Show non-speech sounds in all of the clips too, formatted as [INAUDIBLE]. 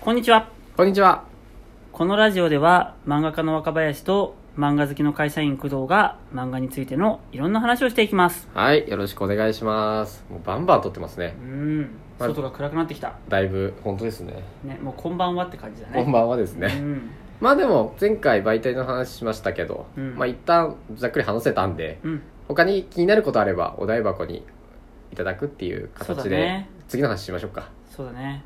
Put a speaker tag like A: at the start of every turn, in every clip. A: こんにちは。
B: こんにちは。
A: このラジオでは漫画家の若林と漫画好きの会社員工藤が漫画についてのいろんな話をしていきます。
B: はい、よろしくお願いします。もうバンバン撮ってますね
A: う。ん。
B: はい
A: 外が暗くなってきた。
B: だいぶ、本当ですね。
A: ね、もうこんばんはって感じだね。
B: こんばんはです
A: う
B: ね。
A: ん。
B: まあでも、前回媒体の話しましたけど、
A: うん
B: まあ一旦ざっくり話せたんで、
A: うん。
B: 他に気になることあればお台箱にいただくっていう
A: そ
B: 形
A: うだ
B: で、
A: ね
B: 次の話しましょうか。
A: そうだね。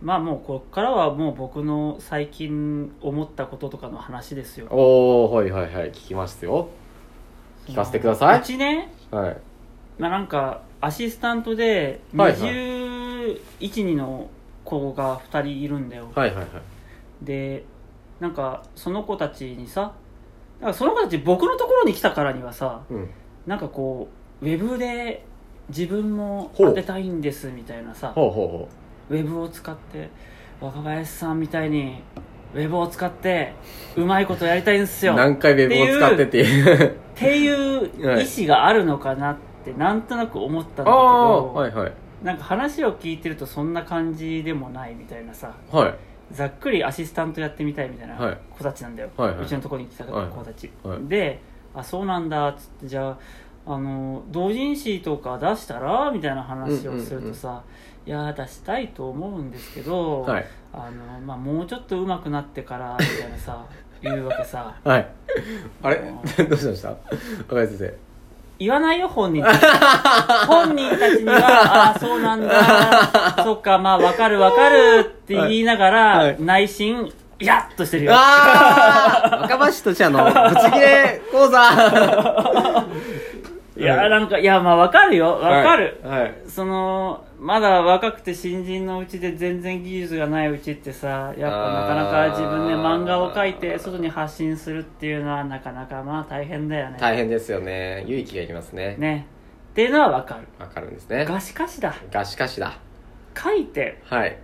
A: まあもうこっからはもう僕の最近思ったこととかの話ですよ。
B: おー、はいはいはい、聞きますよ。聞かせてくださいう
A: ちね、
B: はい。
A: まあ、なんかアシスタントで
B: はいはい
A: 21、2の子が2人いるんだよ。
B: はいはいはい。
A: でなんかその子たちにさなんかその子たち僕のところに来たからにはさ
B: うん。
A: なんかこうウェブで自分も
B: ほう
A: 当てたいんですみたいなさ
B: ほうほ
A: ウェブを使って若林さんみたいにウェブを使ってうまいことやりたいんです
B: うほ
A: よ
B: う。
A: っ
B: 何回ウェブを使ってっていう。
A: ていう
B: はい
A: 意思があるのかなってなんとなく思ったんだけ
B: あ
A: ど、
B: [LAUGHS] あ、はいはい。
A: なんか話を聞いてるとそんな感じでもないみたいなさ
B: はい。
A: ざっくりアシスタントやってみたいみたいな
B: はい
A: 子たちなんだよ、
B: はいはいう
A: ちのところに来た子たち、
B: はいはい
A: であそうなんだっつってじゃああの同人誌とか出したらみたいな話をするとさ、いや出したいと思うんですけど、
B: はい。
A: あのまあ、もうちょっと上手くなってからみたいなさ [LAUGHS] 言うわけさ
B: はい。あれ [LAUGHS]
A: も
B: どうしました若林先
A: 言わないよ本人
B: [LAUGHS]
A: 本人たちにはああそうなん
B: [LAUGHS]
A: だそっかまあわかるわかるって言いながら、
B: はいはい
A: 内心イラッとしてるよ
B: 生。ああ若林としてあの、ぶち切れ講座
A: いや、なんか、いや、まあ、わかるよ。わかる。
B: はい。はい
A: その、まだ若くて新人のうちで全然技術がないうちってさ、やっぱなかなか自分で漫画を描いて外に発信するっていうのはなかなかまあ大変だよね。
B: 大変ですよね。勇気がいりますね。
A: ね。っていうのはわかる。
B: わかるんですね。
A: がしかしだ。
B: がしかしだ。
A: 書いて
B: はい。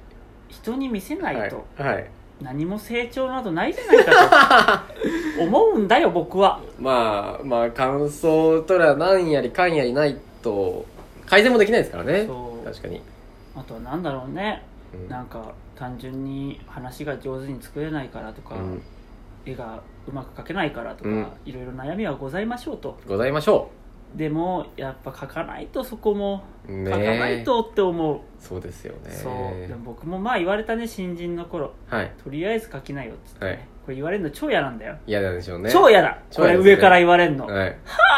A: 人に見せないと
B: はい。
A: 何も成長などないじゃないか
B: [LAUGHS]
A: と思うんだよ、僕は。
B: まあ、まあ、感想とら何やりかんやりないと、改善もできないですからね
A: そ。う
B: 確かに。
A: あとはなんだろうね。
B: うん
A: なんか単純に話が上手に作れないからとか。
B: うん
A: 絵がうまく描けないからとか、
B: うん
A: いろいろ悩みはございましょうと
B: ございましょ
A: でもやっぱ描かないとそこも
B: う。
A: 描
B: ね
A: かないとって思
B: そうですよ
A: う、
B: ね。
A: そうでも僕もまあ言われたね新人の頃
B: はい。
A: とりあえず描きないよっつって、ね
B: はい
A: これ言われるの超嫌なんだよ、
B: 嫌なんでしょうね。
A: 超嫌だ
B: 超
A: これ
B: 嫌ですね
A: 上から言われるの、あ
B: はい。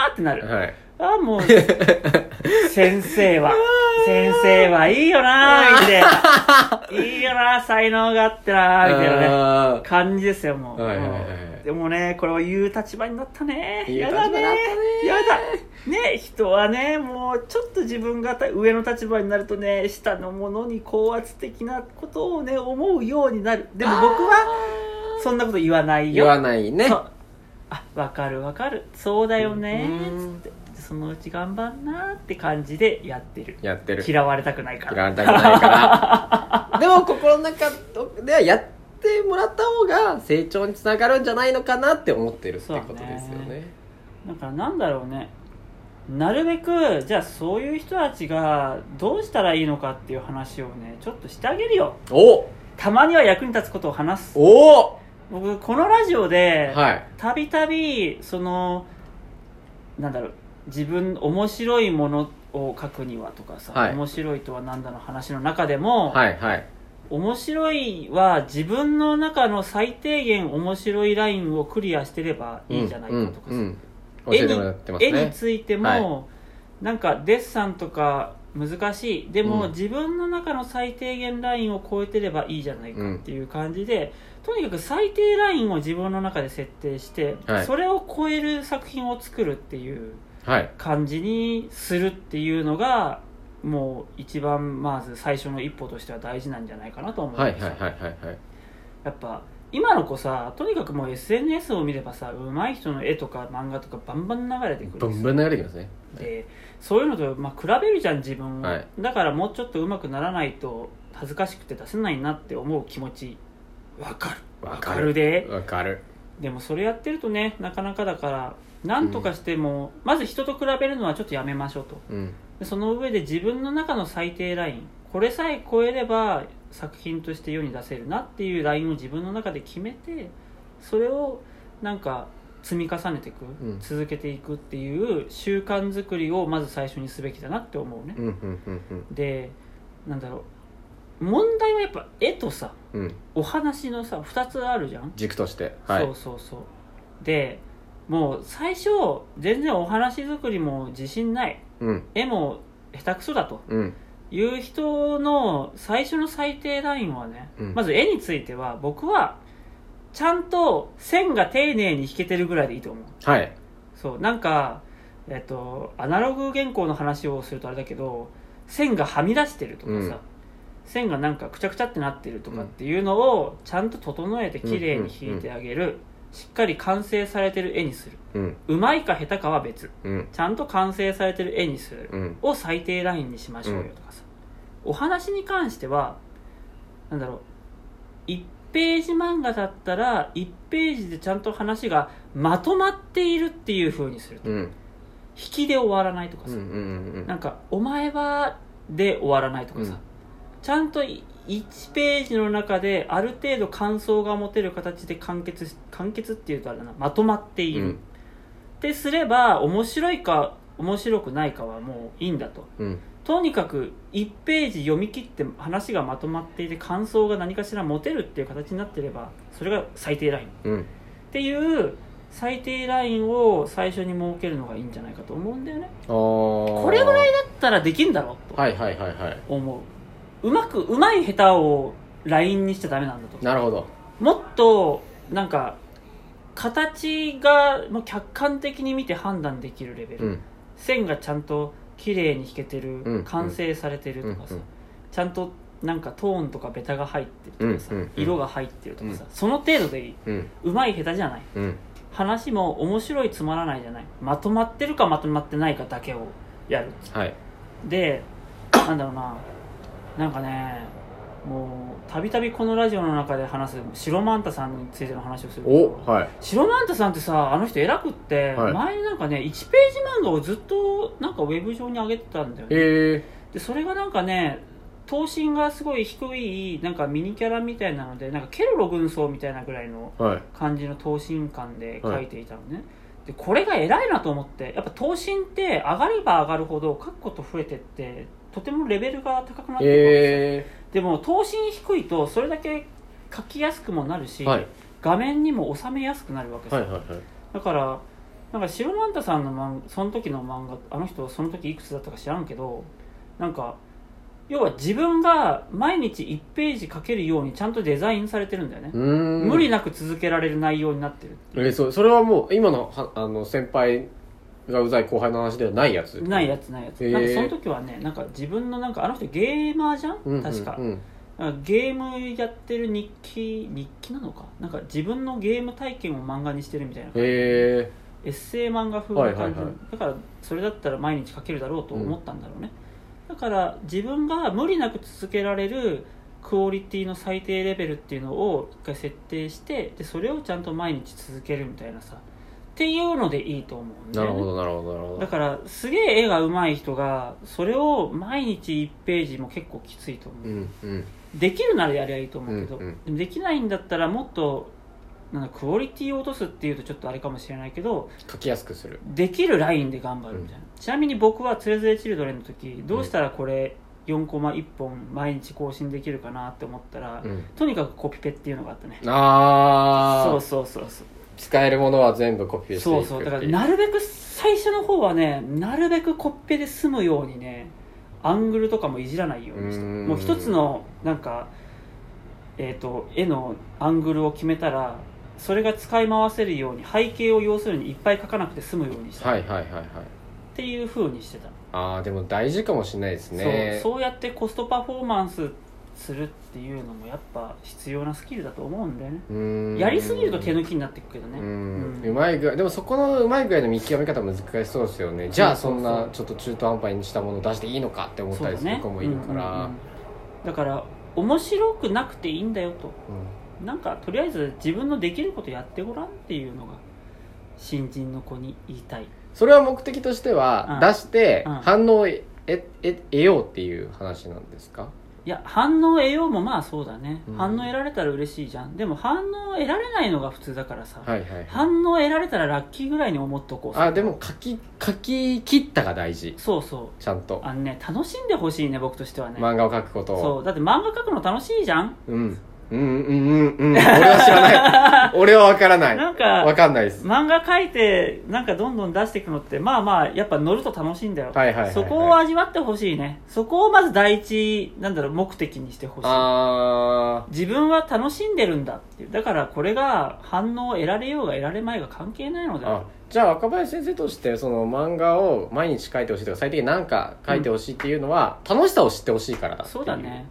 A: ーってなる、
B: はい。
A: あーもう
B: [LAUGHS]
A: 先生は先生はいいよなーみたい
B: [LAUGHS]
A: ないいよな才能があってなーみたいなね
B: あー
A: 感じですよもう、
B: はいはいは
A: も
B: い
A: うでもねこれを言う立場になったね
B: 言う
A: や
B: 立場
A: だ
B: にな
A: ね
B: ったね
A: やだね人はねもうちょっと自分が上の立場になるとね下のものに高圧的なことをね思うようになるでも僕はそんなこと言わない
B: 言
A: よ
B: わないね
A: そうあわかるわかるそうだよね
B: うん
A: つってそのうち頑張んなって感じでやってる
B: やってる
A: 嫌われたくないから
B: 嫌われたくないから
A: [LAUGHS]
B: でも心の中ではやってもらった方が成長につながるんじゃないのかなって思ってるってことですよ
A: そうだ
B: ね
A: だからなんだろうねなるべくじゃあそういう人たちがどうしたらいいのかっていう話をねちょっとしてあげるよ
B: お
A: たまには役に立つことを話す
B: お
A: 僕このラジオで
B: はい
A: たびたびそのなんだろう自分面白いものを書くにはとかさ、
B: はい
A: 面白いとは何だの話の中でも、
B: はいはい
A: 面白いは自分の中の最低限面白いラインをクリアしてればいいんじゃないかとかさ、
B: うんうんうん、教えてもらってます
A: 絵に
B: ね
A: ついても、
B: は
A: なんかデッサンとか難しいでも、
B: うん
A: 自分の中の最低限ラインを超えてればいいじゃないかっていう感じで、とにかく最低ラインを自分の中で設定して、
B: はい
A: それを超える作品を作るっていう
B: はい
A: 感じにするっていうのがもう一番まず最初の一歩としては大事なんじゃないかなと思うん
B: はい
A: で
B: はい
A: すよ
B: はいはいはい
A: やっぱ今の子さとにかくもう SNS を見ればさ上手い人の絵とか漫画とかバンバン流れてくるんです
B: ぶ
A: よ
B: んぶん流れてきますね
A: でそういうのと、まあ、比べるじゃん自分を、
B: はい
A: だからもうちょっと上手くならないと恥ずかしくて出せないなって思う気持ちわかる
B: わ
A: わ
B: か
A: か
B: る
A: るで
B: わかる
A: でもそれやってるとねなかなかだからなんとかしても、まず人と比べるのはちょっとやめましょうと
B: うん
A: でその上で自分の中の最低ラインこれさえ超えれば作品として世に出せるなっていうラインを自分の中で決めてそれをなんか積み重ねていく、
B: うん
A: 続けていくっていう習慣作りをまず最初にすべきだなって思うね
B: う、んうんうん
A: でなんだろう問題はやっぱ絵とさ
B: うんうん
A: お話のさ2つあるじゃん、
B: 軸としてはい
A: そうそうそうでもう最初全然お話作りも自信ない
B: うん
A: 絵も下手くそだと
B: うん
A: いう人の最初の最低ラインはね、
B: うん
A: まず絵については僕はちゃんと線が丁寧に引けてるぐらいでいいと思う
B: はい
A: そうなんかえっとアナログ原稿の話をするとあれだけど線がはみ出してるとかさ、
B: うん
A: 線がなんかくちゃくちゃってなってるとかっていうのをちゃんと整えて綺麗に引いてあげる、しっかり完成されてる絵にする
B: うん
A: うまいか下手かは別
B: うん
A: ちゃんと完成されてる絵にする
B: うん
A: を最低ラインにしましょうよとかさ、お話に関してはなんだろう1ページ漫画だったら1ページでちゃんと話がまとまっているっていう風にすると、
B: うんう
A: 引
B: ん
A: きで終わらないとか
B: う
A: さ、
B: んうん
A: なんか「お前は」で終わらないとかさ、
B: うん
A: ちゃんと1ページの中である程度感想が持てる形で完結し完結っていうとあれだなまとまっている、
B: うん
A: ってすれば面白いか面白くないかはもういいんだと
B: うん
A: とにかく1ページ読み切って話がまとまっていて感想が何かしら持てるっていう形になってればそれが最低ラインっ
B: うん
A: ていう最低ラインを最初に設けるのがいいんじゃないかと思うんだよね
B: こ
A: これぐら
B: い
A: だったらできんだろうと
B: はいはいはいはい
A: 思ううまくうまい下手をラインにしちゃダメなんだと
B: なるほど
A: もっとなんか形がもう客観的に見て判断できるレベル、
B: うん
A: 線がちゃんと綺麗に引けてる、
B: うん
A: 完成されてるとかさ、
B: うんうん
A: ちゃんとなんかトーンとかベタが入ってるとかさ、
B: うんうんうん
A: 色が入ってるとかさ、その程度でいい
B: うん
A: うまい下手じゃない
B: うん
A: 話も面白いつまらないじゃないまとまってるかまとまってないかだけをやる
B: はい
A: でなんだろうななんかねもうたびたびこのラジオの中で話す白マンタさんについての話をするけど
B: おはい
A: 白マンタさんってさあの人偉くって、
B: はい
A: 前になんかね1ページ漫画をずっとなんかウェブ上に上げてたんだよね
B: へえ
A: でそれがなんかね頭身がすごい低いなんかミニキャラみたいなのでなんかケロロ軍曹みたいなぐらいの
B: はい
A: 感じの等身感で書いていたのね、でこれが偉いなと思ってやっぱ等身って上がれば上がるほど書くこと増えてってとてもレベルが高くなってくるんですよ
B: へ
A: でも等身低いとそれだけ書きやすくもなるし、
B: えはい
A: 画面にも収めやすくなるわけです
B: は
A: よ
B: いはいはい
A: だからなんか白マンタさんの漫その時の漫画あの人はその時いくつだったか知らんけどなんか要は自分が毎日1ページ書けるようにちゃんとデザインされてるんだよね
B: う、ーん
A: 無理なく続けられる内容になってる
B: えーそうそれはもう今のはあの先輩がうざい後輩の話ではないやつ
A: ないやつないやつ、
B: へー
A: なんかその時はねなんか自分のなんかあの人ゲーマーじゃん、
B: うんうん
A: 確か
B: う、ん
A: なんかゲームやってる日記日記なのかなんか自分のゲーム体験を漫画にしてるみたいな感じ
B: へ
A: エッセイ漫画風な感じ、
B: はいはいはい
A: だからそれだったら毎日書けるだろうと思ったんだろうね、だから自分が無理なく続けられるクオリティの最低レベルっていうのを一回設定してでそれをちゃんと毎日続けるみたいなさっていうのでいいと思うん
B: え
A: だ
B: な
A: よ
B: る
A: ね
B: ほどなるほどなるほ
A: だ
B: ど
A: からすげえ絵が上手い人がそれを毎日1ページも結構きついと思う、
B: うんうん
A: できるならやりゃいいと思うけど、
B: うんうん
A: でもできないんだったらもっとなんだクオリティを落とすっていうとちょっとあれかもしれないけど
B: 書きやすくする
A: できるラインで頑張るみたいな、ちなみに僕は「つれづれチルドレン」の時どうしたらこれ4コマ1本毎日更新できるかなって思ったら、
B: うん
A: とにかくコピペっていうのがあったね
B: ああ
A: そうそうそうそう
B: 使えるものは全部コピーして
A: そ
B: いうく
A: そう
B: って
A: だから
B: いう
A: なるべく最初の方はねなるべくコッペで済むようにねアングルとかもいじらないようにして
B: うーん
A: もう一つのなんか、えー、と絵のアングルを決めたらそれが使い回せるように背景を要するにいっぱい描かなくて済むようにした、
B: はいはいはいはい
A: っていう風にしてた、
B: ああでも大事かもしれないですね
A: そうそうやってコストパフォーマンスするっていうのもやっぱ必要なスキルだと思うんだよね
B: うーん
A: やりすぎると手抜きになっていくけどね
B: う
A: うん
B: んうまい具合でもそこのうまい具合の見極め方難しそうですよねじゃあそんなちょっと中途半端にしたものを出していいのかって思っ
A: そうだ
B: たりする
A: ね
B: 子もいるか
A: うんうんう
B: ら
A: んだから面白くなくていいんだよと
B: うん
A: なんかとりあえず自分のできることやってごらんっていうのが新人の子に言いたい
B: それは目的としては
A: うん
B: 出して
A: うん
B: 反応を得得得ようっていう話なんですか
A: いや反応得ようもまあそうだね、
B: うん
A: 反応得られたら嬉しいじゃんでも反応得られないのが普通だからさ、
B: はいはいはい
A: 反応得られたらラッキーぐらいに思っとこうさ
B: あでも書き書き切ったが大事
A: そうそ
B: ちゃん
A: う
B: と
A: あのね楽しんでほしいね僕としてはね、
B: 漫画を書くことを
A: そうだって漫画描くの楽しいじゃん
B: うんうんうんうんうん俺は知ら
A: [LAUGHS]
B: ない俺は分からない
A: なん
B: 分
A: か
B: かんないです
A: 漫画描いてなんかどんどん出していくのってまあまあやっぱ乗ると楽しいんだよ、
B: はいはいはいはい
A: そこを味わってほしいねそこをまず第一なんだろう目的にしてほしい
B: あ
A: 自分は楽しんでるんだっていうだからこれが反応を得られようが得られまいが関係ないの
B: ー
A: で
B: あじゃあ若林先生としてその漫画を毎日書いてほしいとか最適に何か書いてほしいっていうのは、楽しさを知ってほしいからだってい
A: そうだね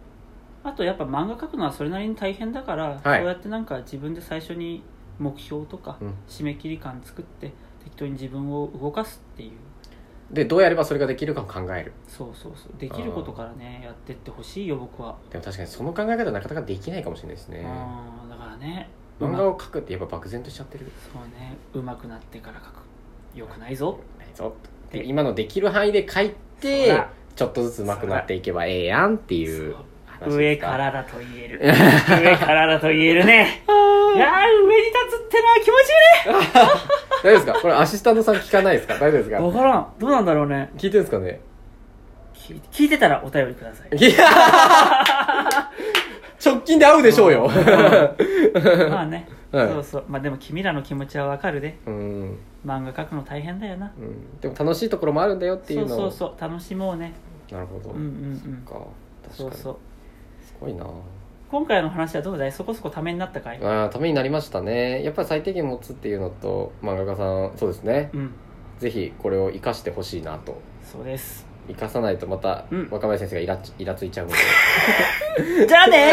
A: あとやっぱ漫画描くのはそれなりに大変だから、
B: はい
A: こうやってなんか自分で最初に目標とか
B: うん
A: 締め切り感作って適当に自分を動かすっていう
B: でどうやればそれができるかを考える
A: そうそうそうできることからねやってってほしいよ僕は、
B: でも確かにその考え方なかなかできないかもしれないですね
A: うんだからねう
B: 漫
A: ま
B: 画を書くってやっぱ漠然としちゃってる
A: そうねうまくなってから描くよくないぞ
B: ないぞで
A: で
B: 今のできる範囲で書い
A: そう
B: て
A: だ
B: ちょっとずつ上手くなっていけばええやんっていう
A: そう
B: 話です
A: 上からだと言える上からだと言える
B: [LAUGHS]
A: ねいやー上に立つってのは気持ちい
B: 大丈夫ですかこれアシスタントさん聞かないですか大丈夫ですか
A: いね分からんどうなんだろうね
B: 聞いてるんですかね
A: 聞い聞いてたらお便りください
B: いや
A: [LAUGHS]
B: 直近で会うでしょうよ
A: まあね、
B: はい
A: そうそうまあでも君らの気持ちはわかるで
B: うん、
A: 漫画描くの大変だよな
B: うん、でも楽しいところもあるんだよってい
A: そうう
B: のを
A: そうそう楽しもうね
B: なるほど、
A: うんうんうん
B: そっか確か
A: そ
B: に
A: うそう
B: すごいな
A: 今回の話はどうだいそこそこためになったかい
B: あーためになりましたねやっぱり最低限持つっていうのと漫画家さんそうですね
A: うん
B: ぜひこれを生かしてほしいなと
A: そうです
B: 生かさないとまた
A: うん
B: 若林先生がイラつイラついちゃうので
A: じゃあね